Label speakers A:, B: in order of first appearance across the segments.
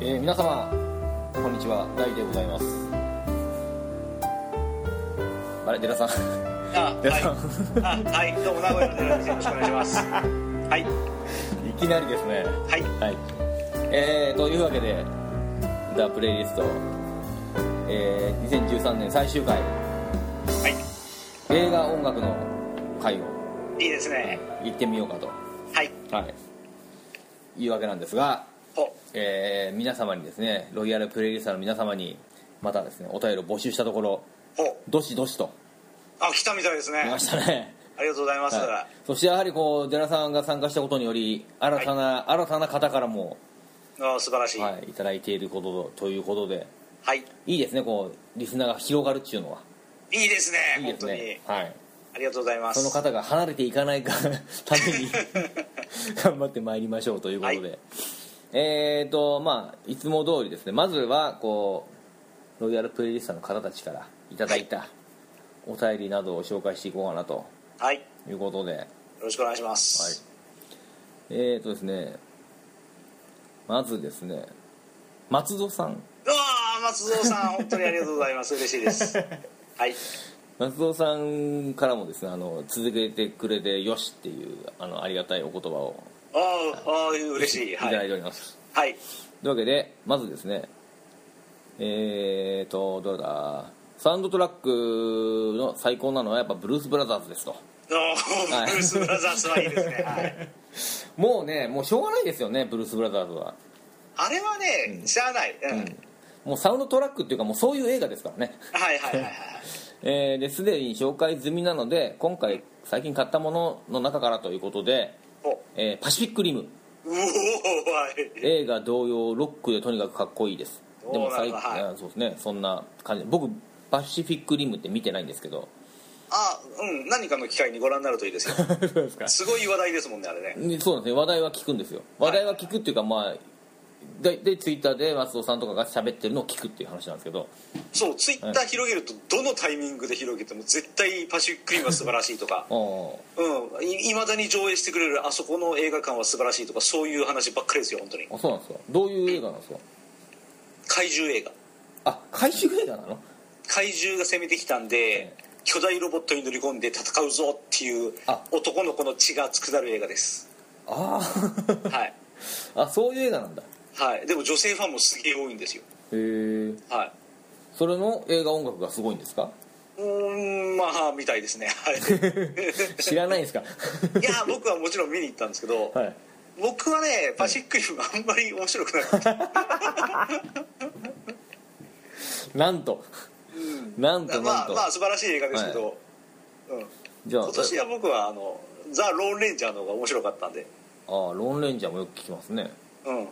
A: 皆様こんにちは大でございますあれデラさん
B: あ、
A: デラ
B: はい
A: さん、
B: あ、はい、どうも名古屋の寺田です。よろしくお願いします。はい、
A: いきなりですね
B: はい、
A: はいえー、というわけで「ザ・プレイリスト」えー、2013年最終回
B: は
A: 映画音楽の回を
B: い、いいですね。
A: 行ってみようかと
B: はい、
A: はいいうわけなんですが
B: お、
A: えー皆様にですねロイヤルプレイリスターの皆様にまたですねお便りを募集したところ
B: お、
A: どしどしと
B: あ、来たみたいですね。
A: 来ましたね、
B: ありがとうございます。
A: はい、そしてやはりこうデラさんが参加したことにより新たな、新たな方からも、
B: あ、素晴らしい。は
A: はい、いただいていることということで
B: い、
A: いいですねこうリスナーが広がるっていうのはい
B: いですね。
A: いい
B: 本
A: です
B: 当
A: ね
B: に、
A: はい、
B: ありがとうございます。
A: その方が離れていかないかため に頑張ってまいりましょうということで、
B: は
A: えーとまあいつも通りですねまずはこうロイヤルプレイリスターの方たちからいただいたお便りなどを紹介していこうかなと
B: はい、よ
A: いうことで、
B: ろしくお願いします。
A: えーとですねまずですね松戸さん
B: うわあ、松 蔵さん、本当にありがとうございます。嬉しいです。はい、
A: 松戸さんからもですねあの続けてくれてよしっていうあのありがたいお言葉を
B: あーあー、嬉しい。
A: い
B: は
A: ただい
B: い、
A: ております、
B: はい、
A: というわけでまずですねえーとどれだサウンドトラックの最高なのはやっぱブルース・ブラザーズですと
B: お
A: はい
B: ー、ブルー スブラザーズはいいですね。はい。
A: もうねもうしょうがないですよねブルース・ブラザーズは
B: あれはね、しゃあない。うん。はい
A: もうサウンドトラックっていうかもうそういう映画ですからね、
B: はいはいはい。
A: えーですでに紹介済みなので今回最近買ったものの中からということで、
B: お。
A: えーパシフィック・リム
B: うおーはい
A: 映画同様ロックでとにかくかっこいいですでも最
B: そうなんだは
A: あそうですねそんな感じ僕パシフィック・リムって見てないんですけど
B: あうん何かの機会にご覧になるといいですよ
A: そうですか
B: すごい話題ですもんねあれね
A: ねそうなんですね話題は聞くんですよ話題は聞くっていうかまあででツイッターで松尾さんとかが喋ってるのを聞くっていう話なんですけど
B: そうツイッター広げるとどのタイミングで広げても絶対パシフィックリムは素晴らしいとか
A: お
B: うんいまだに上映してくれるあそこの映画館は素晴らしいとかそういう話ばっかりですよ本当に
A: ーあそうなんですかどういう映画なんですか
B: 怪獣映画
A: あ怪獣映画なの
B: 怪獣が攻めてきたんで巨大ロボットに乗り込んで戦うぞっていう
A: あ
B: 男の子の血が熱くなる映画です
A: あー
B: はい、
A: あそういう映画なんだへ
B: はい、でも女性ファンもすげえ多いんですよ
A: え
B: はい
A: それの映画音楽がすごいんです か
B: うーんまあみたいですねはい
A: 知らないんです か
B: いや僕はもちろん見に行ったんですけど、
A: はい
B: 僕はねパシックリムあんまり面白くなかった、
A: なんとなんとな
B: ま
A: ん
B: あ
A: と、
B: まあ素晴らしい映画ですけど、うん、
A: じゃあ
B: 今年は僕はあの「ザ・ローン・レンジャー」の方が面白かったんで、
A: あーロンレンジャーもよく聞きますね、
B: うん、
A: はい、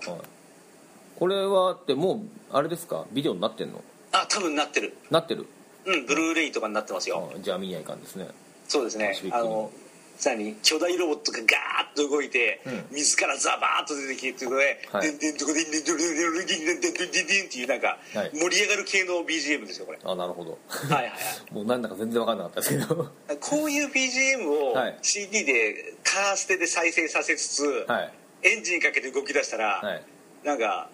A: これはってもうあれですかビデオになってんの
B: あ多分なってる
A: なってる
B: うんブルーレイとかになってます
A: あ
B: よ、
A: ーじゃあ見にはいかんですね
B: そうです
A: パ
B: ね
A: シフィック
B: あ
A: リム
B: のさらに巨大ロボットがガーッと動いて、
A: うん
B: 水からザバーッと出てきてっていうので「
A: はい
B: でんでんとこでんでんとこでんでんとこでんでんとこでんでんとこでんでん」っていうなんか
A: はい
B: 盛り上がる系の BGM ですよ これ
A: あなるほど
B: はいはいはい
A: もうなんだか全然分かんなかったですけど
B: こういう BGM を
A: はい
B: CD でカラーステで再生させつつ、
A: はい
B: エンジンかけて動き出したら、
A: はい
B: なんか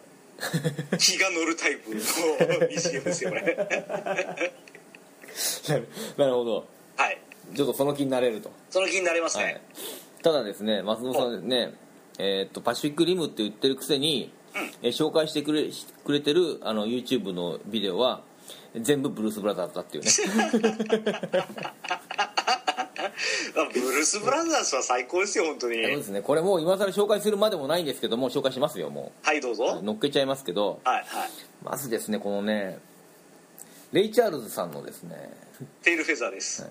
B: 気が乗るタイプの BGM ですよ これ
A: なるほど
B: はい
A: ちょっとその気になれると、
B: その気になれますね、
A: はい、ただですね松本さんですねえーっとパシフィックリムって言ってるくせに、えー紹介してくれしくれてるあの YouTube のビデオは全部ブルース・ブラザーズだっていうね
B: あブルース・ブラザーズは最高ですよ本当に
A: そう ですねこれもう今更紹介するまでもないんですけども紹介しますよも
B: はいどうぞ
A: う乗っけちゃいますけど
B: はいはい
A: まずですねこのねレイ・チャールズさんのですね
B: テイルフェザーです、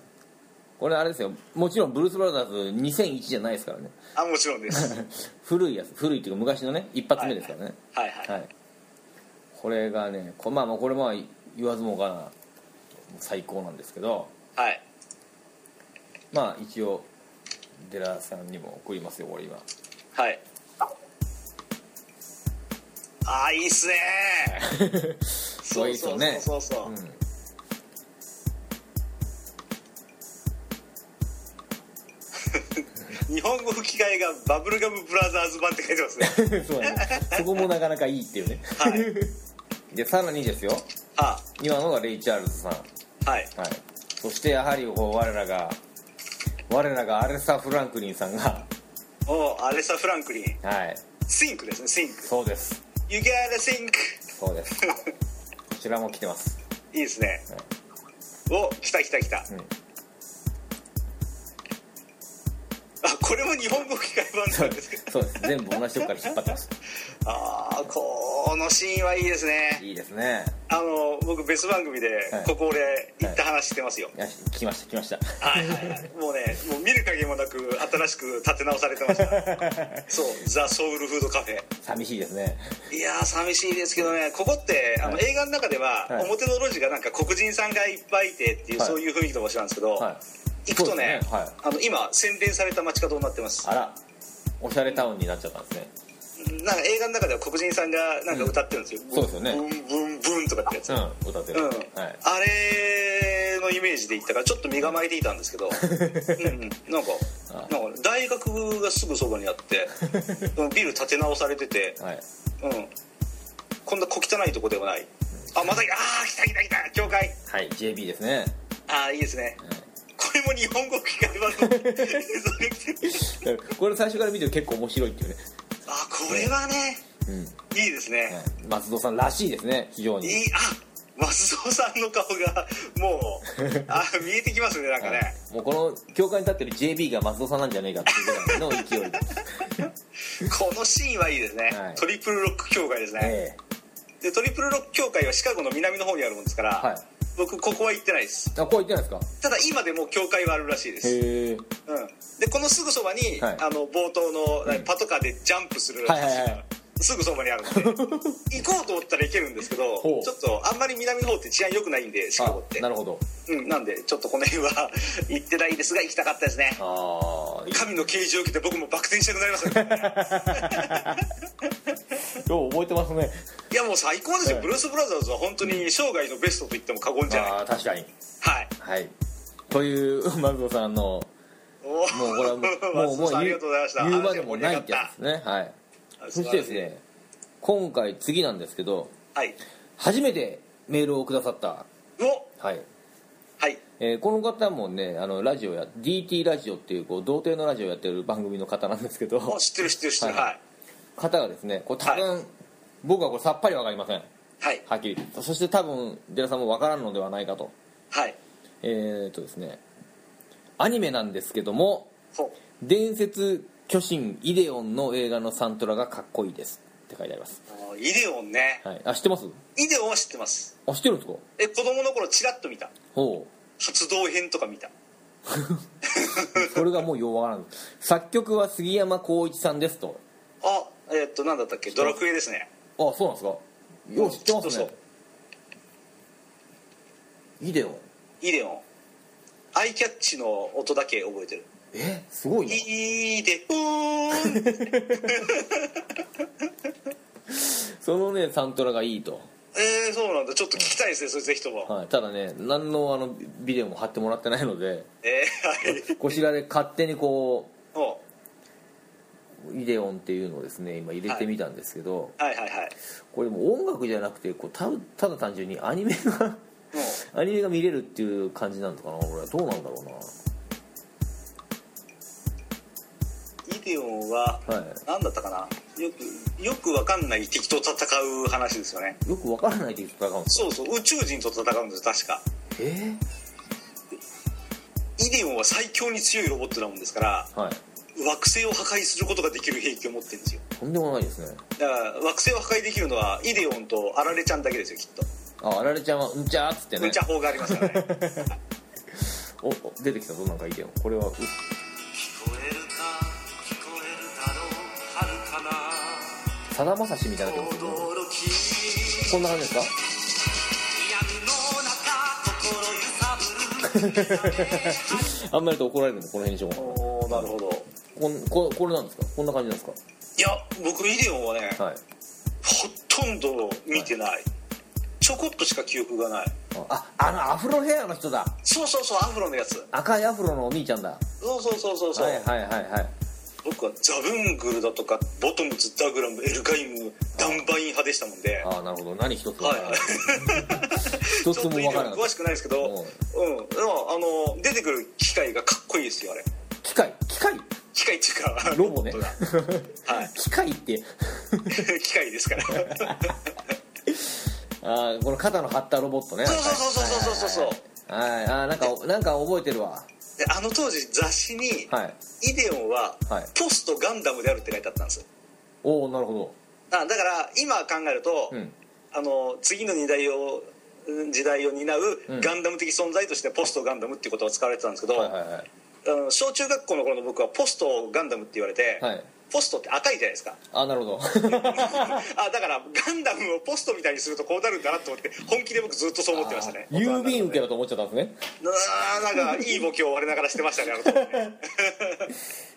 A: これあれですよもちろんブルース・ブラザーズ2001じゃないですからね
B: あもちろんです
A: 古いやつ古いっていうか昔のね一発目ですからね
B: はいはい、
A: はい、これがねこまあまあこれまあ言わずもがな最高なんですけど
B: はい、
A: まあ一応デラさんにも送りますよこれ 今
B: はいああいいっすね
A: すごいですよね
B: そうそうそうそう、日本語吹き替えがバブルガムブラザーズ版って書いてますね
A: そうやねそこもなかなかいいっていうね
B: はい
A: でさらにですよ
B: は
A: 今のがレイ・チャールズさん、は
B: あはい
A: い、そしてやはりこう我らが我らがアレサ・フランクリンさんが
B: おうアレサ・フランクリン
A: はい
B: シンクですねシンク
A: そうです
B: You gotta think
A: そうですこちらも来てます
B: いいですねお来た来た来た、
A: うん
B: あこれも日本語吹き替え版
A: そ
B: な
A: うんで
B: ですけ
A: す
B: ど
A: そうです全部同じとこから引っ張ってます
B: ああこのシーンはいいですね
A: いいですね
B: あの僕別番組で
A: はい
B: ここ俺行った話してますよ、
A: よし来ました来ま した
B: はいはいはいもうねもう見る影もなく新しく立て直されてました そうザ・ソウルフードカフェ
A: 寂しいですね
B: いやー寂しいですけどねここってあの、
A: はい
B: 映画の中では、
A: はい
B: 表の路地がなんか黒人さんがいっぱいいてっていう、
A: はい
B: そういう雰囲気の場所なんですけど、
A: はい
B: 行くとね
A: そうですはい
B: あの今洗練された街角になってます
A: あらおしゃれタウンになっちゃったんですね
B: なんか映画の中では黒人さんがなんか歌ってるんですよ、
A: そうですよね
B: ブンブンブンとかってやつ、
A: うん歌ってる、
B: うん
A: はい
B: あれのイメージで行ったからちょっと身構えていたんですけど、うんうん、なんか
A: あ
B: なんか大学がすぐそばにあってビル建て直されてて、
A: はい
B: うん、こんな小汚いとこではないあまたああ来た来た来た教会
A: はい JB ですね
B: ああいいですね、これも日本語吹き替え版の映像が来てる
A: これ最初から見てると結構面白いっていうね
B: あこれはね
A: うん
B: いいですね、
A: はい松戸さんらしいですね非常に
B: いいあ松尾さんの顔がもうあ見えてきますねなんかね、
A: はいもうこの教会に立ってる JB が松戸さんなんじゃねえかっていうぐらいの勢 いで、
B: このシーンはいいですね、
A: はい
B: トリプルロック教会ですね、
A: え
B: でトリプルロック教会はシカゴの南の方にあるもんですから、
A: はい
B: 僕ここは行ってないです
A: えあこう言ってないですか
B: ただ今でも教会はあるらしいです、
A: へえ
B: うん、でこのすぐそばに、
A: はい
B: あの冒頭の、
A: うん
B: パトカーでジャンプするらしい
A: はいはいはい
B: すぐそばにある んで行こうと思ったら行けるんですけど
A: ほう
B: ちょっとあんまり南の方って治安良くないんでシカゴって
A: なるほど
B: うん、なんでちょっとこの辺は 行ってないですが行きたかったですね
A: ああ いい
B: 神の啓示を受けて僕もバク転したくなりましたね
A: よう覚えてますね
B: いやもう最高ですよ、
A: はい
B: ブルース・ブラザーズは本当に生涯のベストと言っても過言じゃない、
A: ああ確かに
B: はい
A: はいという松戸さんの
B: おー
A: もうこれ はもうもうもう
B: 松尾さんあり
A: 言
B: が
A: う
B: とうございました
A: 言うまでもないってやつですねはい
B: 話
A: そ
B: が盛り上がった
A: してですね今回次なんですけど
B: はい
A: 初めてメールをくださった、
B: お
A: はい
B: はい
A: えーこの方もねあのラジオや DT ラジオっていうこう童貞のラジオやってる番組の方なんですけ
B: お
A: ど
B: 知ってる知ってる知ってる
A: はい
B: はい
A: 方がですねこれ多分、僕はこれさっぱりわかりません
B: はい
A: はっきり言ってそして多分寺さんもわからんのではないかと
B: はい
A: えっ、とですねアニメなんですけども
B: ほ
A: 伝説巨神イデオンの映画のサントラがかっこいいですって書いてあります、
B: うイデオンね
A: はい、あ知ってます
B: イデオンは知ってます
A: あ知ってるんですか
B: え子供の頃チラッと見た
A: ほう
B: 発動編とか見た
A: それがもうようわからん 作曲は杉山浩一さんですと
B: あえっとなんだったっけドラクエですね
A: あそうなんですかよう知ってます
B: そう
A: ね
B: そう
A: イデオン
B: イデオンアイキャッチの音だけ覚えてる
A: えすごいな
B: イデオン
A: そのねサントラがいいと、
B: えー、そうなんだちょっと聞きたいですねそれぜひとも
A: はい、ただね何のあのビデオも貼ってもらってないので
B: えー、はい
A: こちらで勝手にこ
B: お
A: うイデオンっていうのをですね今入れてみたんですけど、
B: はいはいはい
A: これもう音楽じゃなくてこうたただ単純にアニメが
B: もう
A: アニメが見れるっていう感じなのかな俺はどうなんだろう
B: イデオンは
A: なはい
B: 何だったかなよくよくわかんない敵と戦う話ですよね
A: よくわからないで戦うんです
B: そうそう宇宙人と戦うんですよ確か
A: え
B: イデオンは最強に強いロボットなもんですから
A: ー、はい
B: 惑星を破壊することができる兵器を持ってるんですよ
A: とんでもないですね
B: だから惑星を破壊できるのはイデオンとアラレちゃんだけですよきっと
A: ああられちゃんはうんちゃーっつって
B: 無
A: ね
B: 茶法がありますからね聞こ
A: おお出てきたぞなんかいてよこれはう
B: えるか聞こえるだろう遥か
A: さだまさしみたいな
B: な
A: 曲ですね
B: 驚き
A: こんな感じですか
B: 闇の中心揺さ
A: あんまりやると怒られるんでこの辺にしようか
B: ぶ
A: な
B: るおーなるほど
A: こんここれなんですかこんな感じなんです
B: いや僕イデオンはね、
A: かはい
B: ほとんど見てない、ちょこっとしか記憶がない
A: ああのアフロヘアの人だ
B: そうそうそうアフロのやつ
A: 赤いアフロのお兄ちゃんだ
B: そうそうそうそうそう、
A: はいはいはいはい
B: 僕はザブングルだとかボトムズダグラムエルガイムダンバイン派でしたもんで
A: ああなるほど何一つわ
B: は
A: からない
B: い
A: 一
B: ちょっ
A: つ
B: と
A: も
B: 今
A: わからなか
B: 詳
A: っ
B: しくないですけど、うん、
A: うん
B: でもあの出てくる機械がかっこいいですよあれ
A: た機械機械
B: 機械っていうか
A: ロボね
B: ットが はい
A: 機械って
B: 機械ですから
A: あーこの肩の張ったロボットね
B: そうそうそうそうそうそうそう
A: はいあーなんかなんか覚えてるわ
B: であの当時雑誌に
A: はい
B: イデオンは
A: はい
B: ポストガンダムであるって書いてあったんですよ
A: おおなるほ
B: あだから今考えると、
A: どうん
B: あの次の時代をうん時代を担う
A: うん
B: ガンダム的存在としてポストガンダムっていう言葉を使われてたんですけど、
A: はいはいはい
B: あの小中学校の頃の僕はポストガンダムって言われて、
A: はい
B: ポストって赤いじゃないで すか
A: あーなる ほど
B: あだからガンダムをポストみたいにするとこうなるんだなと思って本気で僕ずっとそう思ってましたね
A: あー郵便受けだと思っちゃったんですね
B: ななんかいいボケを我ながらしてましたねあの時ね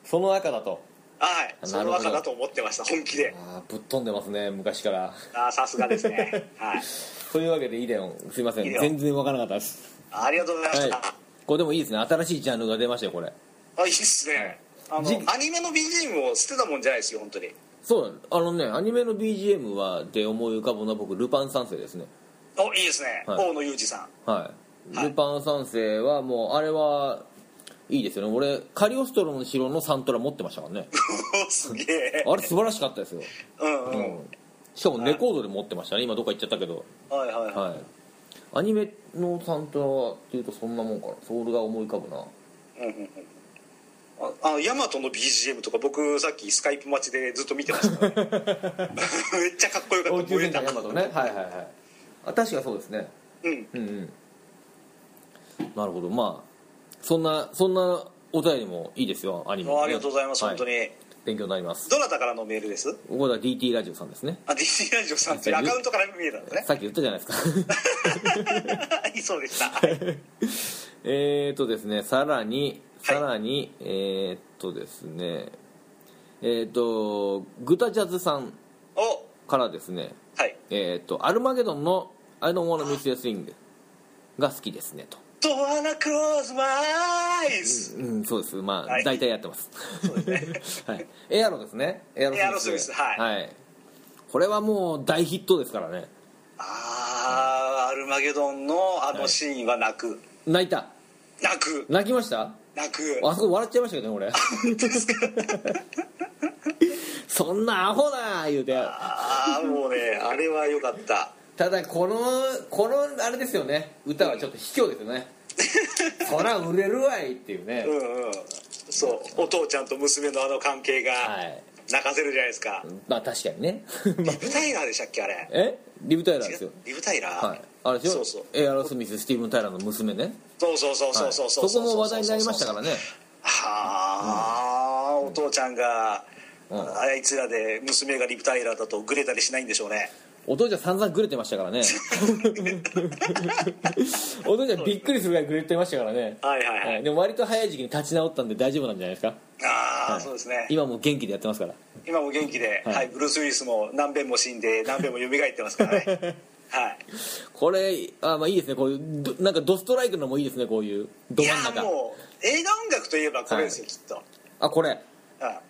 A: その赤だと
B: はい
A: ほど
B: その赤だと思ってました本気で
A: あーぶっ飛んでますね昔から
B: あーさすがで すねはい
A: というわけでイデオンすいませ
B: イ
A: ん
B: デオン
A: 全然わからなかったです
B: ありがとうございま
A: は
B: し
A: い
B: た、
A: これでもいいですね新しいジャンルが出ましたよこれ
B: あいいっすねあの
A: じ
B: アニメの BGM を捨てたもんじゃないですよ本当に
A: そうあのねアニメの BGM はで思い浮かぶのは僕ルパン三世ですね
B: おいいですね、
A: はい
B: 大野裕二さん
A: はい、
B: はい
A: ルパン三世はもうあれはいいですよね俺カリオストロの城のサントラ持ってましたからね
B: おすげえ
A: あれ素晴らしかったですよ、
B: うんう、
A: うんん、しかもレコードで持ってましたね今どっか行っちゃったけど
B: はいはいはい、
A: はいアニメのサントラっていうとそんなもんかなソウルが思い浮かぶな
B: うんうんうんああヤマトの BGM とか僕さっきスカイプ待ちでずっと見てまし たからね、めっちゃかっこよか
A: 王
B: った
A: 宮
B: 燃え
A: 戦
B: た
A: 艦ヤマトねはいはいはいあ確かそうですね
B: うん
A: うんうんなるほどまあそんなそんなお便りもいいですよアニメ、
B: もうありがとうございます、
A: は
B: 本当に
A: 勉強になります
B: どなたからのメールです
A: ここは DT ラジオさんですね
B: あ DC ラジオさんっていうアカウントから見えたんですね
A: さっき言ったじゃないですか
B: はいそうでしたはい
A: えーとですねさらに
B: はい
A: さらに、えーっとですねえーっとグタジャズさん
B: お
A: からですね
B: はい
A: えーっとアルマゲドンの「I don't wanna miss your swing」が好きですねと
B: 「ドアナクローズマイズ
A: うんそうですまあ、
B: はい
A: 大体やってます
B: そうです ね
A: はい、エアロですねエアロ
B: エアロスミスはい
A: これはもう大ヒットですからね
B: ああアルマゲドンのあのシーンは泣く
A: 泣いた
B: 泣く
A: 泣きました
B: 泣く
A: あそこ笑っちゃいましたけどね俺 そんなアホな言うて
B: ああもうねあれは良かった
A: ただこのこのあれですよね歌はちょっと卑怯ですよ ねそら売れるわいっていうね、
B: うんうんそうお父ちゃんと娘のあの関係
A: は
B: が
A: い
B: 泣かせるじゃないですか、
A: まあ確かにね まあ
B: リブタイラーでしたっけあれ
A: えリブ・タイラー
B: 違
A: ですよ
B: うリブタイラー、
A: はいあれでしょ
B: そうそう
A: エアロスミススティーブン・タイラーの娘ね
B: そうそうそうそうそ
A: は
B: う
A: いそこも話題になりましたからね
B: はあ、お父ちゃんが、
A: うん
B: あいつらで娘がリブタイラーだとグレたりしないんでしょうね
A: お父ちゃん散々グレてましたからね お父ちゃんびっくりするぐらいグレてましたからね、
B: はいはいはい、
A: はい、でも割と早い時期に立ち直ったんで大丈夫なんじゃないですか
B: ああ、
A: はい
B: そうですね
A: 今もう元気でやってますから
B: 今も元気で、
A: は
B: はいいブルース・ウィリスも何遍も死ん で何遍も蘇ってますからねはい
A: これあまあいいですねこういうどなんかドストライクのもいいですねこういう ど
B: いや
A: 真ん中
B: もう映画音楽といえばこれですよ、きっと
A: あこれ
B: あ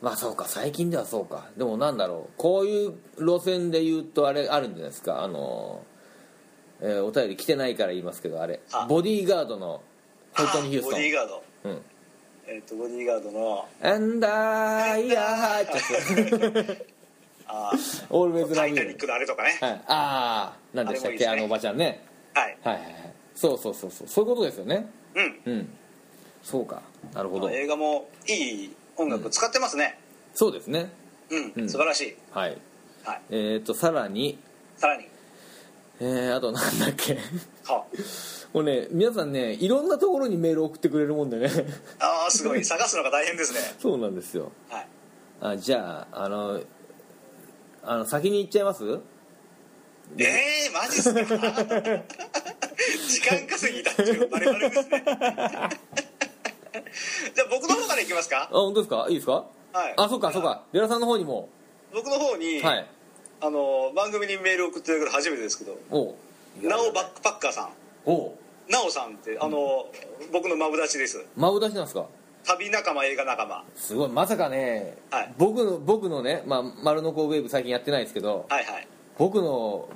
A: まあそうか最近ではそうかでもなんだろうこういう路線で言うとあれあるんじゃないですかあのーえーお便り来てないから言いますけどあれ
B: あ
A: ボディーガードのホイットニー・ヒュース
B: ボ
A: ト
B: ディー
A: ン
B: ガード
A: うん
B: えっ、とボディーガードの
A: 「And I a
B: あー
A: オールウェイズ
B: タ
A: ラ
B: イタニックのあれとかね
A: はい、ああ何でしたっけあ
B: あれもいいです
A: のおばちゃ
B: ね
A: んね
B: はい
A: はいはいはいそうそうそうそうそういうことですよね
B: うん
A: うんそうかなるほど
B: 映画もいい音楽使ってますね
A: そうですね
B: うん、
A: うん
B: 素晴らしい
A: はい
B: はい
A: えー、っとさらに
B: さらに
A: えー、あとなんだっけ
B: は
A: もうね皆さんねいろんなところにメール送ってくれるもんでね
B: ああーすごい探すのが大変ですね
A: そうなんですよ
B: はい
A: あじゃああのあの先に行っちゃいます
B: ええー、マジっすか時間稼ぎだっていうバレバレで すねじゃあ僕の方からいきます
A: あ
B: か
A: 本当ですかいいですか
B: はい
A: あそうかそうかデラさんの方にも
B: 僕の方に、
A: はい
B: あの番組にメール送ってるから初めてですけど
A: おう
B: なおバックパッカーさん
A: おう
B: なおさんってあの、僕のマブダチです
A: マブダシなんですか
B: 旅仲間映画仲間
A: すごいまさかね、
B: はい
A: 僕の僕のね、まあ、丸のこウェーブ最近やってないですけど
B: はいはい
A: 僕の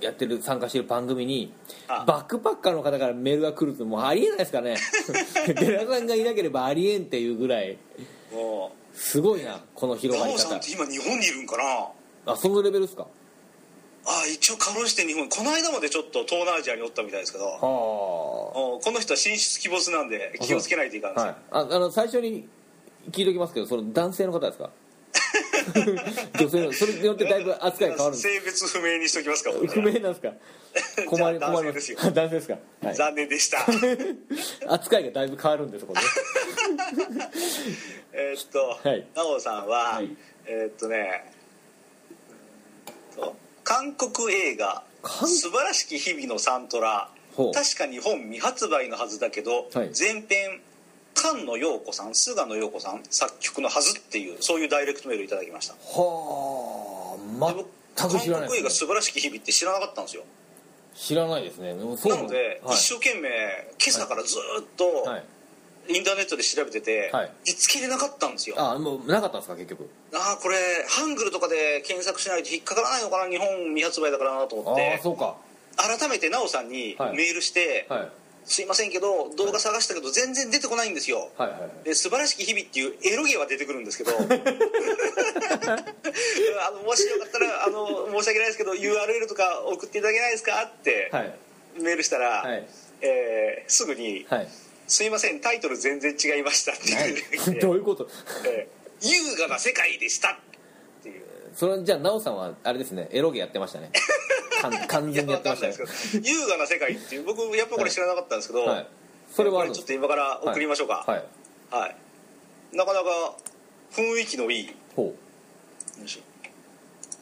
A: やってる参加してる番組に
B: あ
A: バックパッカーの方からメールが来るってもうありえないですか ねゲラさんがいなければありえんっていうぐらい
B: も
A: すごいなこの
B: う
A: 広
B: ガ
A: がり
B: オさん
A: 方
B: って今日本にいるんかな
A: あそのレベルですか
B: あ一応かろうじて日本この間までちょっと東南アジアにおったみたいですけど
A: は
B: おこの人は神出鬼没なんで気をつけないといかん
A: あ、
B: です
A: はい
B: よ、、
A: ああの最初に聞いておきますけどその男性の方です か女性のそれによってだいぶ扱い変わるんです
B: 性別不明にしときますか
A: 不明なんです か困り
B: じゃあ
A: 困りま
B: 男性ですよ
A: 男性ですか、はい、
B: 残念でした
A: 扱いがだいぶ変わるんですこれ
B: えーっと、
A: はい
B: ナオさんは、
A: はい
B: えーっとねうーんと韓国映画「
A: 韓
B: 素晴らしき日々」のサントラ
A: ほう
B: 確かに本未発売のはずだけど、
A: はい
B: 前編菅野陽子さん菅野陽子さん作曲のはずっていうそういうダイレクトメールいただきました
A: はあ全く知らな
B: 韓
A: い
B: 国映
A: です、ね、
B: 画「素晴らしき日々」って知らなかったんですよ
A: 知らないですねでもそう
B: なので、
A: はい
B: 一生懸命今朝からずーっと、
A: はい、
B: インターネットで調べてて、
A: はい
B: 見つけれなかったんですよあ
A: あもうなかったんですか結局
B: あーこれハングルとかで検索しないと引っかからないのかな日本未発売だからなと
A: あ
B: 思っ
A: あ
B: て
A: そうか
B: 改めて奈緒さんに
A: はい
B: メールして、
A: はい
B: すいませんけど動画探したけど全然出てこないんですよ
A: はいはいはい
B: で素晴らしき日々っていうエロゲは出てくるんです けど あのもしよかったらあの申し訳ないですけど URL とか送っていただけないですかって
A: はい
B: メールしたら、
A: はい
B: えーすぐに
A: はい
B: 「すいませんタイトル全然違いました」っていうメールが来 て
A: どういうこと
B: えー優雅な世界でしたっていう
A: それじゃあ奈緒さんはあれですねエロゲやってましたね完完全にやってましたね
B: わかんないですけど優雅な世界っていう僕やっぱこれ知らなかったんですけど、
A: はいそれはあるん
B: こ
A: で
B: ち
A: す
B: ょっと今から送りましょうか
A: はい
B: はい、なかなか雰囲気のいい
A: ほう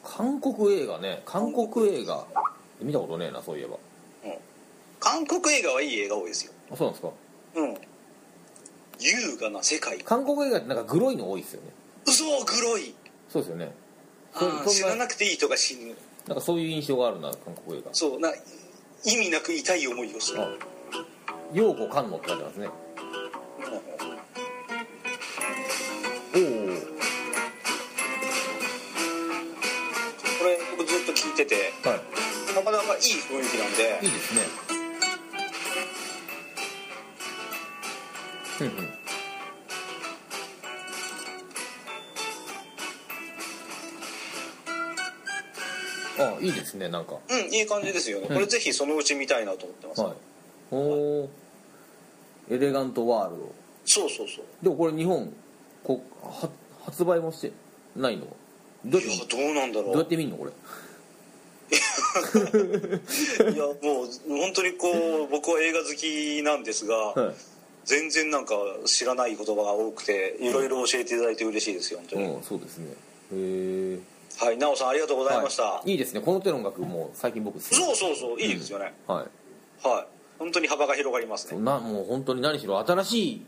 A: 韓国映画ね韓国映画見たことねえなそういえば
B: 韓国映画はいい映画多いですよ
A: あそうなんですか
B: うん優雅な世界
A: 韓国映画ってなんかグロいの多いですよね
B: 嘘黒い
A: そうですよねそ
B: あー
A: そ
B: 死
A: んな
B: ななくていいとか死ぬ
A: なんかそういう印象があるな韓国映画
B: そうな意味なく痛い思いをする、
A: あ陽子菅野って書いてますねおお
B: これ僕ずっと聞いてて
A: は
B: なかなかいい雰囲気なんで
A: いいいですねふんふんあいいですねなんか
B: うんいい感じですよね、
A: うん
B: これぜひそのうち見たいなと思ってます、
A: はいおおエレガントワールド
B: そうそうそう
A: でもこれ日本こうは発売もしてないのどうやっ
B: いや
A: て
B: どうなんだろ
A: ど
B: う
A: うやって見んのこれ
B: いやもう本当にこう僕は映画好きなんですが
A: はい
B: 全然なんか知らない言葉が多くていろいろ教えていただいて嬉しいですよ本当に、
A: うんそうですねへえ
B: はい奈緒さんありがとうございました、
A: はい、いいですねこの手の音楽も最近僕好き
B: そうそうそういいですよね、
A: はい
B: はい本当に幅が広がります
A: そ
B: ね
A: んなもう本当に何しろ新しい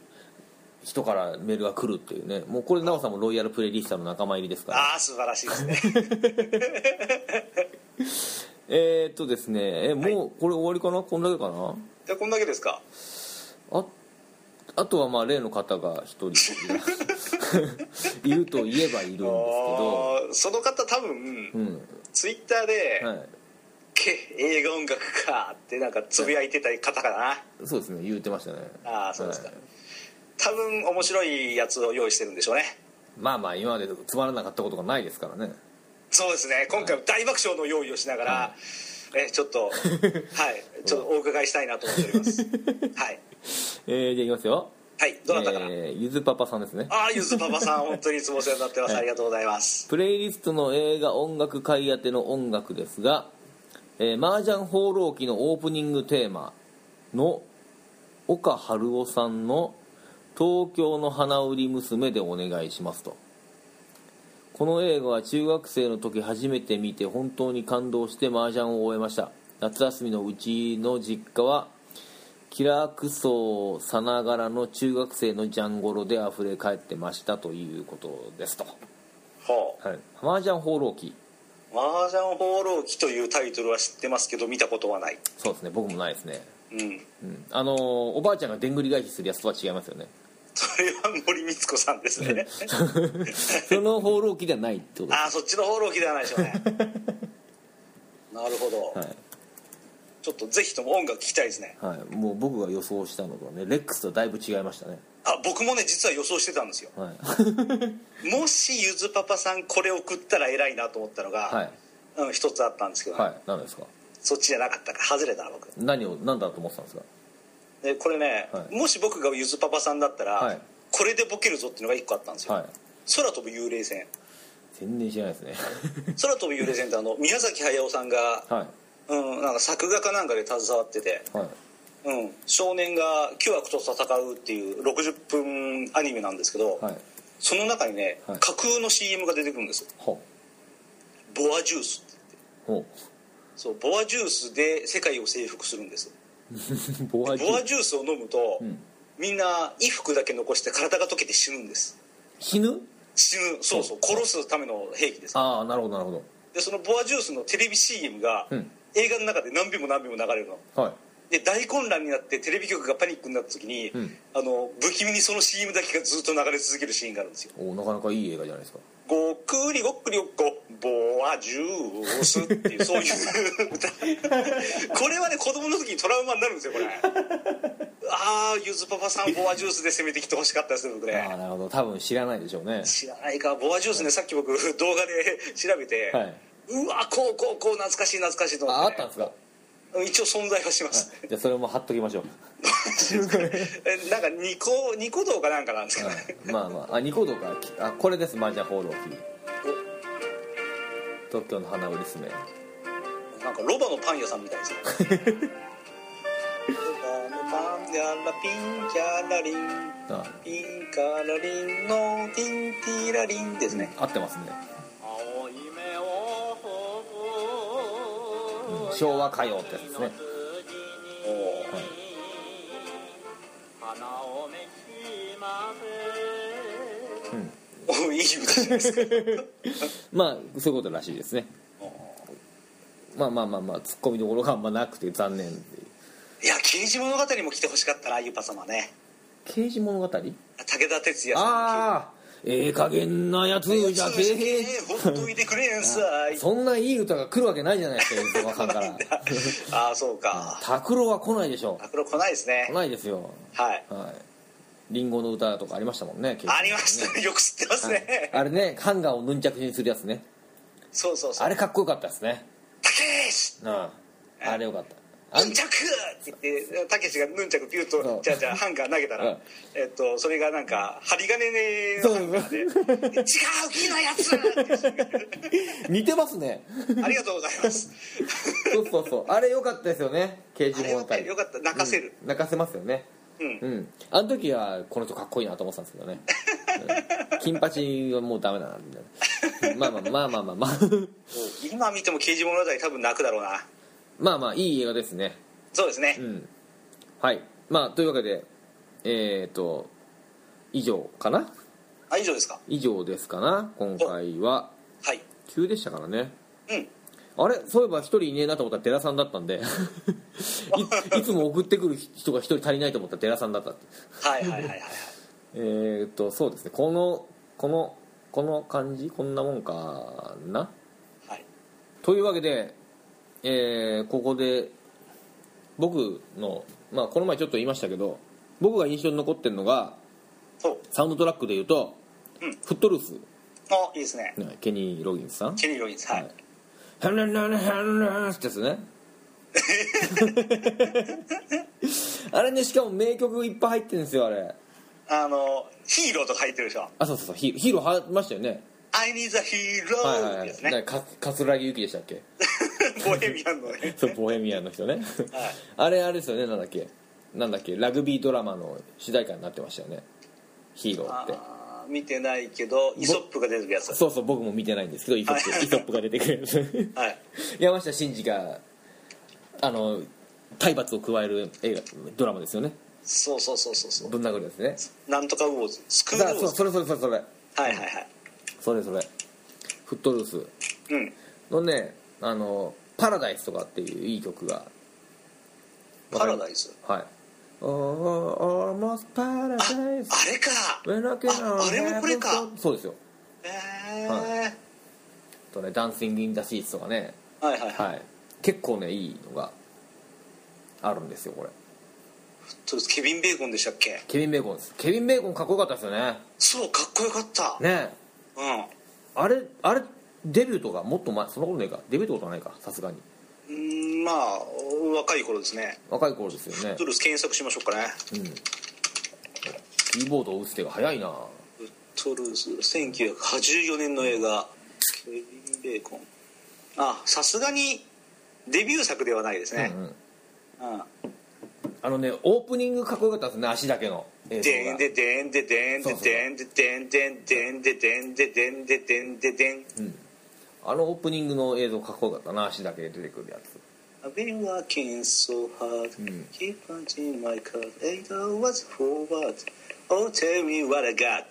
A: 人からメールが来るっていうねもうこれ奈緒さんもロイヤルプレイリスターの仲間入りですから
B: ああ素晴らしいですね
A: えー、っとですねえもうこれ終わりかなこんだけかな
B: じゃあこんだけですか
A: ああとはまあ例の方が一人いる と言えばいるんですけ
B: あ
A: ど
B: ーその方多分、
A: うん
B: ツイッターで、
A: はい
B: け映画音楽か」ってなんかつぶやいてた方かな、
A: そうですね言ってましたね
B: ああそうですか、
A: はい
B: 多分面白いやつを用意してるんでしょうね
A: まあまあ今までつまらなかったことがないですからね
B: そうですね今回は大爆笑の用意をしながら、えちょっ とはいちょっとお伺いしたいなと思っておりますはい
A: えー、じゃあいきますよ
B: はいどなたから、
A: えーゆずパパさんですね
B: ああゆずパパさん本当にいつもお世話になってます、ありがとうございます
A: プレイリストの映画音楽買い当ての音楽ですが「えー、麻雀放浪記」のオープニングテーマの岡春夫さんの「東京の花売り娘」でお願いしますとこの映画は中学生の時初めて見て本当に感動して麻雀を終えました夏休みのうちの実家はキラークソさながらの中学生のジャンゴロであふれ返ってましたということですと
B: ほう
A: はい、マージャン放浪記
B: 「麻雀放浪記」というタイトルは知ってますけど見たことはない
A: そうですね僕もないですね、
B: うん
A: うん、あのーおばあちゃんがでんぐり返しするやつとは違いますよね
B: それは森光子さんですね
A: その放浪記ではないってこと
B: ああそっちの放浪記ではないでしょう ねなるほど、
A: はい
B: ちょっとぜひとも音楽聴きたいですね
A: はい、もう僕が予想したのとはねレックスとだいぶ違いましたね、
B: あ僕もね実は予想してたんですよ
A: はい、
B: もしゆずパパさんこれ送ったら偉いなと思ったのが、
A: はい
B: うん、一つあったんですけど、
A: はい何ですか
B: そっちじゃなかったか外れたな僕
A: 何を何だと思ってたんですか
B: でこれね、
A: はい
B: もし僕がゆずパパさんだったら、
A: はい
B: これでボケるぞっていうのが一個あったんですよ、
A: はい
B: 空飛ぶ幽 霊船
A: 全然知らないですね
B: 空飛ぶ幽霊船ってあの宮崎駿さんが、
A: は
B: うん、なんか作画かなんかで携わってて、
A: いはい
B: うん、少年が旧悪と戦うっていう60分アニメなんですけど、
A: はい
B: その中にね、
A: はい
B: 架空の CM が出てくるんですよ
A: ほ
B: ボアジュースっ
A: う
B: て
A: ほ
B: そうボアジュースで世界を征服するんです
A: う ボアジ
B: ボアジュースを飲むと、
A: ん
B: みんな衣服だけ残して体が溶けて死ぬんです
A: 死ぬ
B: 死ぬそうそう殺すための兵器です
A: ああなるほどなるほ
B: でそのボアジュースのテレビ CM が、
A: うん
B: 映画の中で何秒も何秒も流れるの
A: どはい
B: で大混乱になってテレビ局がパニックになった時に、
A: ん
B: あの不気味にその CM だけがずっと流れ続けるシーンがあるんですよ
A: おなかなかいい映画じゃないですか
B: 「ごっくりごっくりごっこボアジュース」っていうそういう歌これはね子供の時にトラウマになるんですよこれああゆずパパさんボアジュースで攻めてきてほしかったですね僕
A: あ
B: ね
A: あなるほど多分知らないでしょうね
B: 知らないかボアジュースねさっき僕動画で調べて、
A: はいう
B: わこうこうこう懐かしい懐かしいと思
A: ああ
B: っ、
A: ってたんですか
B: 一応存在はし ます、
A: じゃあそれも貼っときましょ
B: えなんかニコニコ動かなんかなんですけ
A: う、
B: ど、
A: はい、まあまああニコ動かきあこれですマージャン放浪記東京の花売り娘
B: なんかロバのパン屋さんみたいですねロバのパンやらピンキャラリン
A: あ
B: ピンカラリンのティンティラリンですね
A: 合ってますね
C: 青い目を頬
A: うん昭和歌謡ってやつですね
B: おお
A: はい
C: 花をめきまぜ
B: おいい歌じゃないですか
A: まあそういうことらしいですね
B: お
A: まあまあまあまあツッコミどころがあんまなくて残念っていう
B: いや刑事物語も来てほしかったなゆぱ様ね
A: 刑事物語
B: 武田鉄矢さん
A: ああええ加減なやつじゃけえへん
B: ほっといてくれんさい
A: そんないい歌が来るわけないじゃないですか横浜さんから
B: ああそうか
A: 拓郎は来ないでしょ
B: あこれ来ないですね
A: 来ないですよ
B: はい
A: はいリンゴの歌とかありましたもんね結構
B: ありましたねよく知ってます
A: はい
B: ね、
A: あれねハンガーをヌンチャクにするやつね
B: そうそうそう
A: あれかっこよかったですね
B: たけし
A: あああれよかったあ
B: ヌ
A: ん
B: ンチャクって言ってたけしがヌンチャクピュー
A: そ
B: と
A: う
B: じゃあじゃあハンガー投げた
A: うん
B: ら、えっと、それがなんか針金
A: そう
B: のハンガーで「違う木のやつ!」
A: 似てますね
B: ありがとうござい ます
A: そうそうそうあれよかったですよね刑事
B: あれ
A: 物
B: は
A: 語
B: ねよかった泣かせる、
A: 泣かせますよね
B: うん
A: うんあの時はこの人かっこいいなと思ってたんですけどねうん金八はもうダメだなみたいなまあまあまあまあまあまあ
B: 今見ても刑事物語多分泣くだろうな
A: まあまあいい映画ですね
B: そうですね、
A: うんはいまあというわけでえっ、と以上かな
B: あ以上ですか
A: 以上ですかな今回は
B: はい
A: 急でしたからね
B: うん
A: あれそういえば一人いねえなと思ったら寺さんだったんで いいつも送ってくる人が一人足りないと思ったら寺さんだったって
B: はいはいはいはいはい
A: えー、っとそうですねこのこのこの感じこんなもんかな
B: はい
A: というわけで、えーここで僕の、まあ、この前ちょっと言いましたけど僕が印象に残ってるのが
B: そう
A: サウンドトラックで言うと「
B: うん
A: フットルース
B: あいいですね」
A: ねケニー・ロギンスさん
B: ケニー・ロギンスはい、
A: はいヘルルルヘルルンスですね あれねしかも名曲いっぱい入ってるんですよあれ
B: あのヒーローとか入ってるでしょ
A: あそうそうそうヒーヒーロー入りましたよね
B: 「I need a hero」
A: はいはいはい
B: です
A: なん
B: ね
A: かか桂木由紀でしたっけ
B: ボヘミアンのね
A: そうボヘミアンの人ね
B: はい
A: あれあれですよねなんだっけなんだっけラグビードラマの主題歌になってましたよねヒーローって
B: あー見てないけどイソップが出てるやつ
A: そうそう僕も見てないんですけどイソッ
B: はい
A: プイソップが出てくるや つ
B: はい
A: 山下真司があの体罰を加える映画ドラマですよね
B: そうそうそうそうそ
A: ぶん殴るやつね
B: うなんとかウォーズスクール
A: だ
B: ウォ
A: そ
B: ー
A: う
B: ズ
A: それそれそれそれ
B: はいはいはい
A: それそれフットルース
B: うん
A: のねあの「パラダイス」とかっていういい曲が
B: パラダイス
A: はい Oh, almost paradise.
B: あれか
A: We're not gonna
B: ああれもこれか
A: have a- そうですよ。
B: えー
A: はあとね、ダンシング・イン・ザ・シーツとかね、
B: はいはいはい
A: はい。結構ね、いいのがあるんですよ、これ。
B: そうですケビン・ベーコンでしたっけ
A: ケビン・ベーコンです。ケビン・ベーコンかっこよかったですよね。
B: そうかっこよかった、
A: ねあれ、あれ、デビューとかもっと前、そんなことないか。デビューってことはないか、さすがに。
B: うんまあ若い頃ですね
A: 若い頃ですよね
B: ちょ。っと検索しましょうかね
A: うん。キーボードを打つ手が早いな
B: トルース1984年の映画「ケビン・ベーコン」あさすがにデビュー作ではないですね
A: うんうん。
B: うん
A: あのね、オープニングかっこよかったですね、足だけの映像
B: でん
A: が。
B: ででんででんででんででんでんでんででんででんででんででん
A: あのオープニングの映像かっこよかったな足だけで出てくるやつ
B: I've been working so hard Keep punching my card Eight hours for what? Oh tell me what I got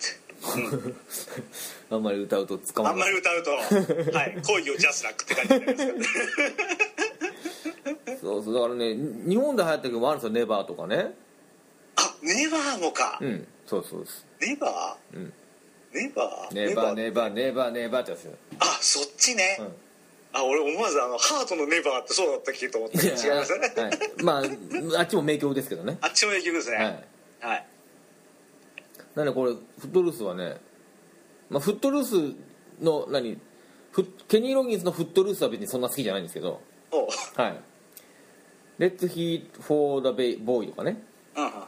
A: あんまり歌うと捕ま
B: あ
A: る
B: んまり歌う と「はい恋をジャスラック」って感じになりますから
A: そうそうだからねに日本で流行った曲もあるんですよ「ネバー」とかね
B: あネバーもか
A: うんそうそうです
B: ネバー
A: うん
B: ネ
A: 「
B: バー
A: ネバーネバーネバーネバー」ってやつよ
B: あそっちね
A: うん
B: あ俺思わずあのハートのネバーってそうだったっけと思った違いますね
A: はい、まああっちも名曲ですけどね
B: あっちも名曲です
A: は
B: ね
A: い
B: はい
A: なんでこれフットルースはね、まあ、フットルースの何フッケニー・ロギンスのフットルースは別にそんな好きじゃないんですけど
B: おう
A: はい「レッツ・ヒー・フォー・ダ・ベイ・ボーイ」とかね
B: うんうんうん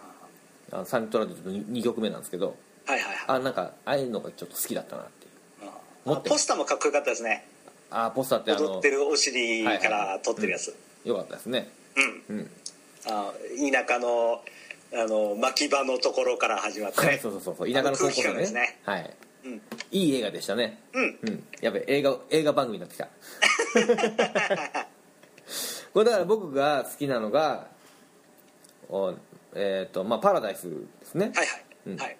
A: あのサントラで2曲目なんですけど
B: はいはいはい
A: あなんかああいうのがちょっと好きだったなっていう持
B: あ
A: って
B: ポスターもかっこよかったですね
A: あポスターってあ
B: 踊
A: の
B: ってるお尻
A: はいはい
B: から撮ってるやつ
A: よかったですね
B: うん
A: うん
B: あ田舎のあの巻き場のところから始まってね
A: そうそうそうそう田舎の高校
B: あの空気
A: 生
B: 感
A: ね
B: ですね
A: はい
B: うん
A: いい映画でしたね
B: うん
A: うんやべ映画映画番組にな ってきたこれだから僕が好きなのがおえっ、とまあ「パラダイス」ですね、
B: はいはい、
A: うん
B: はい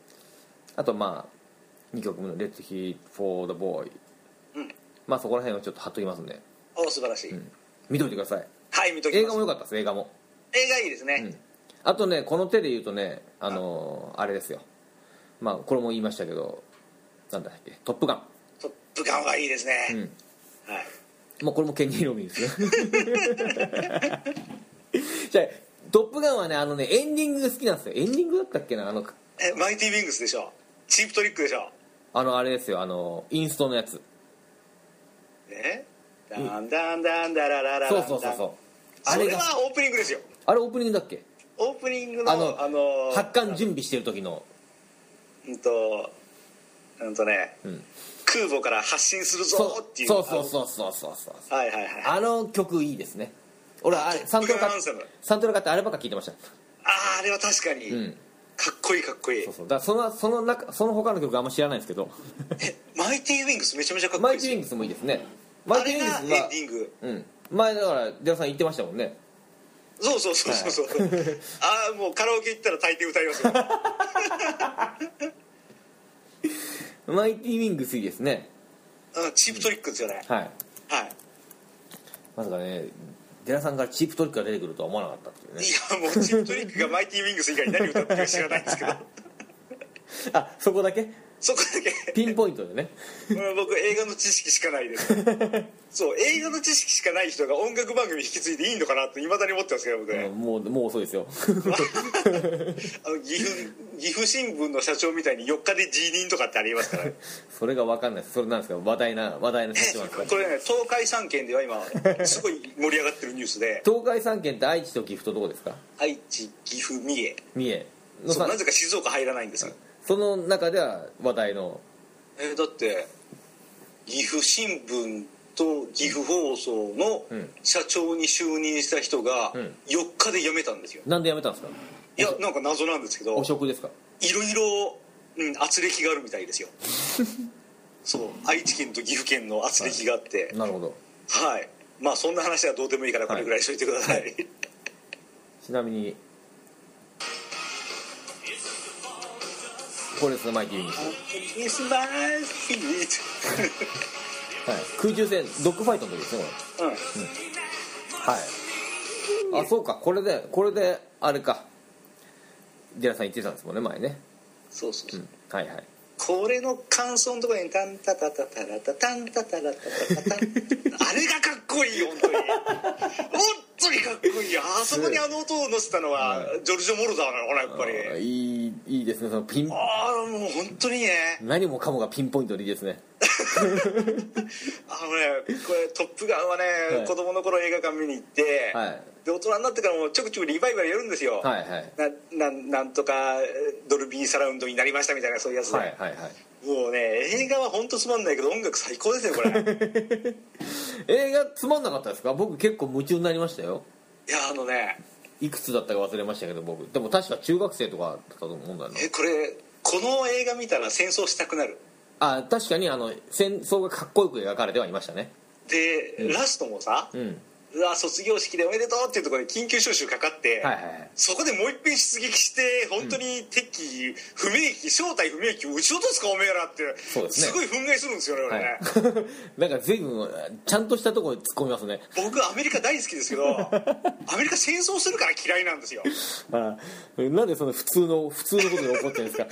A: あとまあ2曲目の「Let's Heat for the Boy」
B: うん
A: まあそこら辺をちょっと貼っときますんで
B: お素晴らしい、
A: 見といてください
B: はい見とき
A: 映
B: ま
A: 画
B: す
A: も良かったです映画も
B: 映画いいですね、
A: うんあとねこの手で言うとねあのーあれですよまあこれも言いましたけどなんだっけ「トップガン
B: トップガンはいいですね、」
A: うん
B: はい、
A: まあこれもケニー・ロビンですね じゃあトップガン」はねあのねエンディングが好きなんですよエンディングだったっけなあの
B: えマイティウィングスでしょチープトリックでしょ
A: あのあれですよあのインストのやつ
B: ねだんだんだんだらららら
A: そうそうそうそうあ
B: そ
A: れ
B: れ
A: が
B: はオープニングですよ
A: あれオープニングだっけ
B: オープニングの
A: あ
B: あ
A: の
B: の
A: 発艦準備してる時の
B: うんとうんとね、
A: うん
B: 空母から発信するぞ
A: そ
B: っていう
A: うそうそうそうそうそうそう
B: あのはいはいはいあ
A: あの曲いいですね俺あれサントラ
B: トップガンア
A: 買っ
B: ンセム
A: サントラ買ってあればっか聞いてました
B: ああれは確かに、
A: うん
B: かっこいいかっこいい
A: そうそうだからそのその中その他の曲あんま知らないんです けど
B: えマイティウィングスめちゃめちゃかっこ
A: マ
B: いい
A: イ
B: で
A: ティ
B: す
A: ウィングスも
B: よ
A: いいですねマイティウィングス
B: あ
A: は
B: れがエンディング
A: うん前だから出羽さん言ってましたもんね
B: そうそうそうそうそう、 ああもうカラオケ行ったら大抵歌いますよ
A: マイティウィングスいいですね
B: うんチープトリックですよね、
A: はい
B: はい
A: まさかね出羽さんからチープトリックが出てくるとは思わなかったっていうね
B: いやもうチープトリックがマイティウィングス以外に何歌ってるか知らないんです けど
A: あそこだけ
B: そこだけ、
A: ピンポイントでね
B: うん、僕映画の知識しかないです そう映画の知識しかない人が音楽番組引き継いでいいのかなっていまだに思ってますけど僕ね、
A: もうもう遅いですよ
B: あの岐阜岐阜新聞の社長みたいに4日で辞任とかってあります からね
A: それが分かんないですそれなんですか話題な話題の立場ですか
B: これね東海3県では今すごい盛り上がってるニュースで
A: 東海3県って愛知と岐阜とどこですか
B: 愛知岐阜三重
A: 三重の
B: そう
A: さ
B: なぜか静岡入らないんですよ
A: その中では話題の
B: えーだって岐阜新聞と岐阜放送の
A: うん
B: 社長に就任した人が
A: うん
B: 4日で辞めたんですよ
A: なんでやめたんですか
B: いやなんか謎なんですけど
A: 汚職ですか
B: いろいろうん圧力があるみたいですよそう愛知県と岐阜県の圧力があって
A: なるほど
B: はい、まあそんな話はどうでもいいからこれぐらいしといてください、
A: ちなみにこれですねマイティウィングスはい
B: It's my feet
A: 空中戦ドッグファイトの時ですねこ
B: うん
A: れはいあそうかこれでこれであれかデラさん言ってたんですもんね前ね、
B: そうそう
A: う
B: そう、
A: ん、はいはい
B: これの感想のところに「タンタタタタラタタンタタラタタタタン」あれがかっこいいよ本当に本当にかっこいいよあそこにあの音を乗せたのはジョルジョ・モルダーなのかなやっぱ
A: あー
B: り
A: いいいいですねそのピン
B: ああもう本当にね
A: 何もかもがピンポイントでいいですね
B: あのねこれ「トップガン」はね、
A: はい
B: 子供の頃映画館見に行って、
A: はい
B: で大人になってからもちょくちょくリバイバルやるんですよ、
A: はいはい
B: ななんなんとかえードルビーサラウンドになりましたみたいなそういうやつで、
A: はいはいはい
B: もうね映画は本当つまんないけど音楽最高で すよこれい
A: 映画つまんなかったですか僕結構夢中になりましたよ
B: やあのね
A: いくつだったか忘れましたけど僕でも確か中学生とかだったと思うんだよな
B: えこれこの映画見たら戦争したくなる
A: あ確かにあの戦争がかっこよく描かれてはいましたね
B: で、
A: うん
B: ラストもさ
A: う、ん
B: うわ卒業式でおめでとうっていうところで緊急招集かかって、
A: はいはいはい
B: そこでもう一遍出撃して本当に敵意不明機正体不明機を撃ち落とすかおめえらって
A: そうですね
B: ごい憤慨するんですよね俺ね、
A: はい、 なんか随分ちゃんとしたところに突っ込みますね
B: 僕アメリカ大好きです けどアメリカ戦争するから嫌いなんですよ
A: はいなんでその普通の普通のことで怒ってるんですか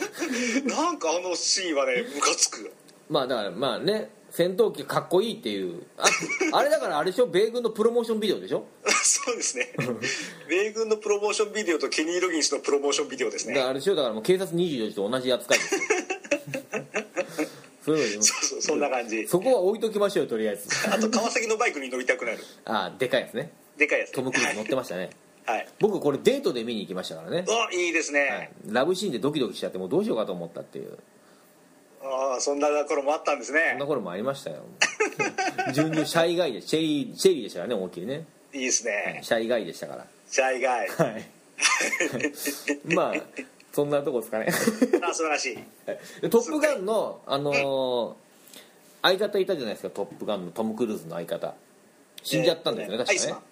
B: なんかあのシーンはねムカつく
A: まあだからまあね戦闘機かっこいいっていうああれだからあれでしょ米軍のプロモーションビデオでしょ
B: そうですね米軍のプロモーションビデオとケニー・ロギンスのプロモーションビデオです
A: だから
B: ね
A: あれでしょだからもう警察24時と同じ扱いですよ そういうの
B: そうそうそんな感じ
A: そこは置いときましょうよとりあえず
B: あと川崎のバイクに乗りたくなる
A: あでかいですね
B: でかいやつ
A: トム・クルーズ乗ってましたね
B: はい、はい、
A: 僕これデートで見に行きましたからね、
B: おいいです
A: はい
B: ね、、
A: ラブシーンでドキドキしちゃってもうどうしようかと思ったっていう
B: ああそんな頃もあったんです
A: そん
B: ね
A: な頃もありましたよ 順々シャイガイでシェリーシェリーでしたからね思いっきりね
B: いいですね
A: シャイガイでしたから
B: シャイガイあ
A: はいまあそんなとこですかね
B: 素晴らしい
A: でトップガンのあのー相方いたじゃないですかトップガンのトム・クルーズの相方死んじゃったんですよね
B: えー
A: 確かね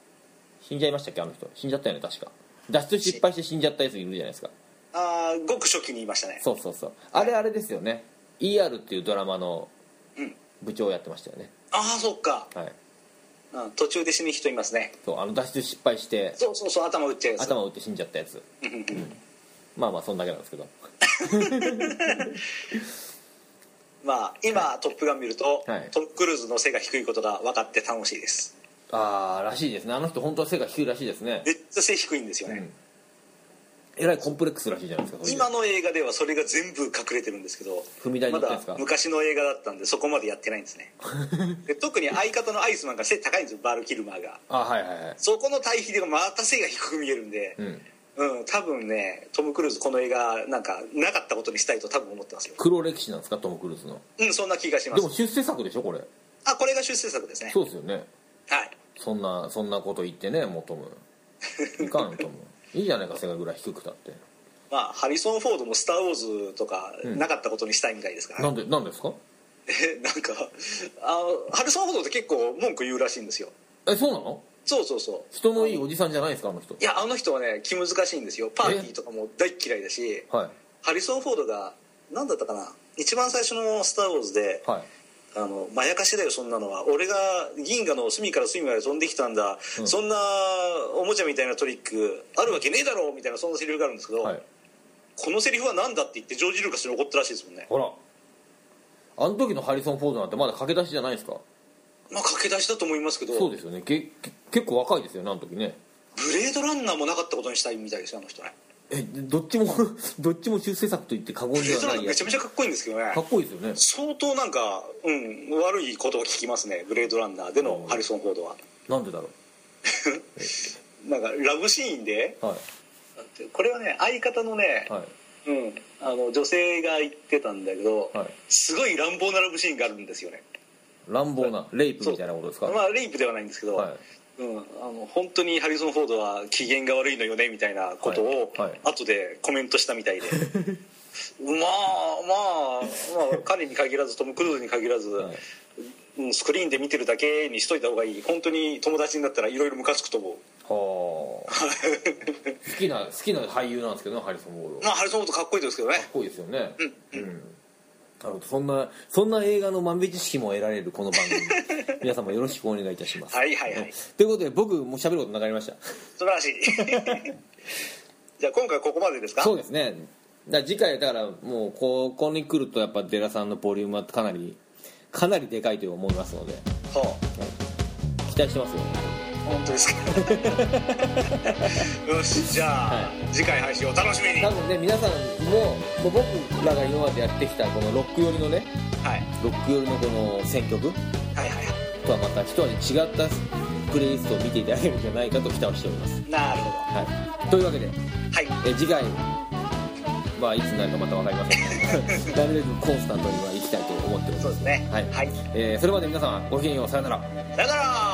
A: 死んじゃいましたっけあの人死んじゃったよね確か脱出失敗して死んじゃったやついるじゃないですか
B: ああごく初期にいましたね
A: そうそうそうあれあれですよね ER っていうドラマの
B: うん
A: 部長をやってましたよね
B: ああそっか、
A: はい
B: うん、途中で死ぬ人いますね
A: そうあの脱出失敗して
B: そうそうそう頭打っちゃうやつ
A: 頭を打って死んじゃったやつ
B: うんうんうん
A: まあまあそんだけなんですけど
B: まあ今、トップガン」見ると、
A: はい
B: トム・クルーズの背が低いことが分かって楽しいです
A: ああらしいですねあの人本当は背が低いらしいですね
B: めっちゃ背低いんですよ
A: う
B: ね
A: ん、えらいコンプレックスらしいじゃないですかそういう
B: 今の映画ではそれが全部隠れてるんですけど
A: 踏み台に
B: ま
A: 乗ってんで
B: だ
A: すか
B: 昔の映画だったんでそこまでやってないんです ねで特に相方のアイスマンが背高いんですよバール・キルマーが
A: あはいはいはい
B: そこの対比でまた背が低く見えるんで
A: うん
B: うん多分ねトム・クルーズこの映画なんかなかったことにしたいと多分思ってますよ
A: 黒歴史なんですかトム・クルーズの
B: うんそんな気がしま
A: ですも出世作でしょこれ
B: あこれが出世作ですね
A: そうですよね
B: はい
A: そんなそんなこと言ってねもうトムいかんよトム いいじゃないか背がぐらい低くたって
B: まあハリソン・フォードも「スター・ウォーズ」とか
A: ん
B: なかったことにしたいみたいですから、
A: なんでなんですか
B: え なんかあハリソン・フォードって結構文句言うらしいんですよ
A: えそうなの
B: そうそうそう
A: 人のいいおじさんじゃないですかあの人
B: いやあの人はね気難しいんですよパーティーとかも大っ嫌いだし
A: はい
B: ハリソン・フォードが何だったかな一番最初の「スター・ウォーズで」
A: はい
B: あのまやかしだよそんなのは俺が銀河の隅から隅まで飛んできたんだ、
A: うん
B: そんなおもちゃみたいなトリックあるわけねえだろ」みたいなそんなセリフがあるんですけど、
A: はい
B: このセリフは何だって言ってジョージ・ルーカスに怒ったらしいですもんね
A: ほらあの時のハリソン・フォードなんてまだ駆け出しじゃないですか
B: まあ駆け出しだと思いますけど
A: そうですよねけけ結構若いですよねあの時ね
B: ブレードランナーもなかったことにしたいみたいですよあの人ね
A: えどっちも どっちも出世作と言って過言
B: ブレ
A: で
B: ード
A: は
B: ラ
A: な
B: ンナ
A: いやつ
B: ーめ ちゃめちゃかっこいいんですけどね
A: かっこいいですよね
B: 相当なんか、うん、悪いことを聞きますねブレードランナーでのハリソン・フォードは
A: なんでだろ
B: なんかラブシーンで
A: うは
B: これはね相方のね、
A: いはい
B: うん、あの女性が言ってたんだけど、
A: はい
B: すごい乱暴なラブシーンがあるんですよね
A: 乱暴なレイプみたいなことですか
B: まあレイプではないんですけど、
A: はい
B: うん、あの本当にハリソン・フォードは機嫌が悪いのよねみたいなことを
A: はいはい
B: 後でコメントしたみた いで、まあまあまあ彼に限らずトム・クルーズに限らず、
A: はい
B: うん、スクリーンで見てるだけにしといた方がいい本当に友達になったらいろいろムカつくと思う
A: はあ好きな好きな俳優なんですけどねハリソン・フォードか
B: まあハリソン・フォードかっこいいですけどね
A: っこいいですよねうんなるほどそんなそんな映画の豆知識も得られるこの番組 皆様よろしくお願いいたします
B: はいはいはい
A: ねということで僕もう喋ることなくなりました
B: 素晴らしい じゃあ今回ここまでですか
A: そうですねだから次回だからもうここに来るとやっぱデラさんのボリュームはかなりかなりでかいと思いますので
B: はあ
A: 期待してますよ
B: 本当ですか よしじゃあ、
A: は
B: 次回配信お楽しみに
A: 多
B: は
A: 分ね皆さんももう僕らが今までやってきたこのロック寄りのね
B: い
A: ロック寄りのこの選曲
B: はいはいは
A: とはまた一味違ったプレイリストを見ていただけるんじゃないかと期待しております、
B: いなるほどは
A: はい、というわけで
B: い
A: え次回まあいつになるかまた分かりませんがなるべくコンスタントにはいきたいと思っており
B: そ
A: ま
B: うですすね
A: はい
B: はい、
A: えーそれまで皆様ごきげんようさようなら
B: さよなら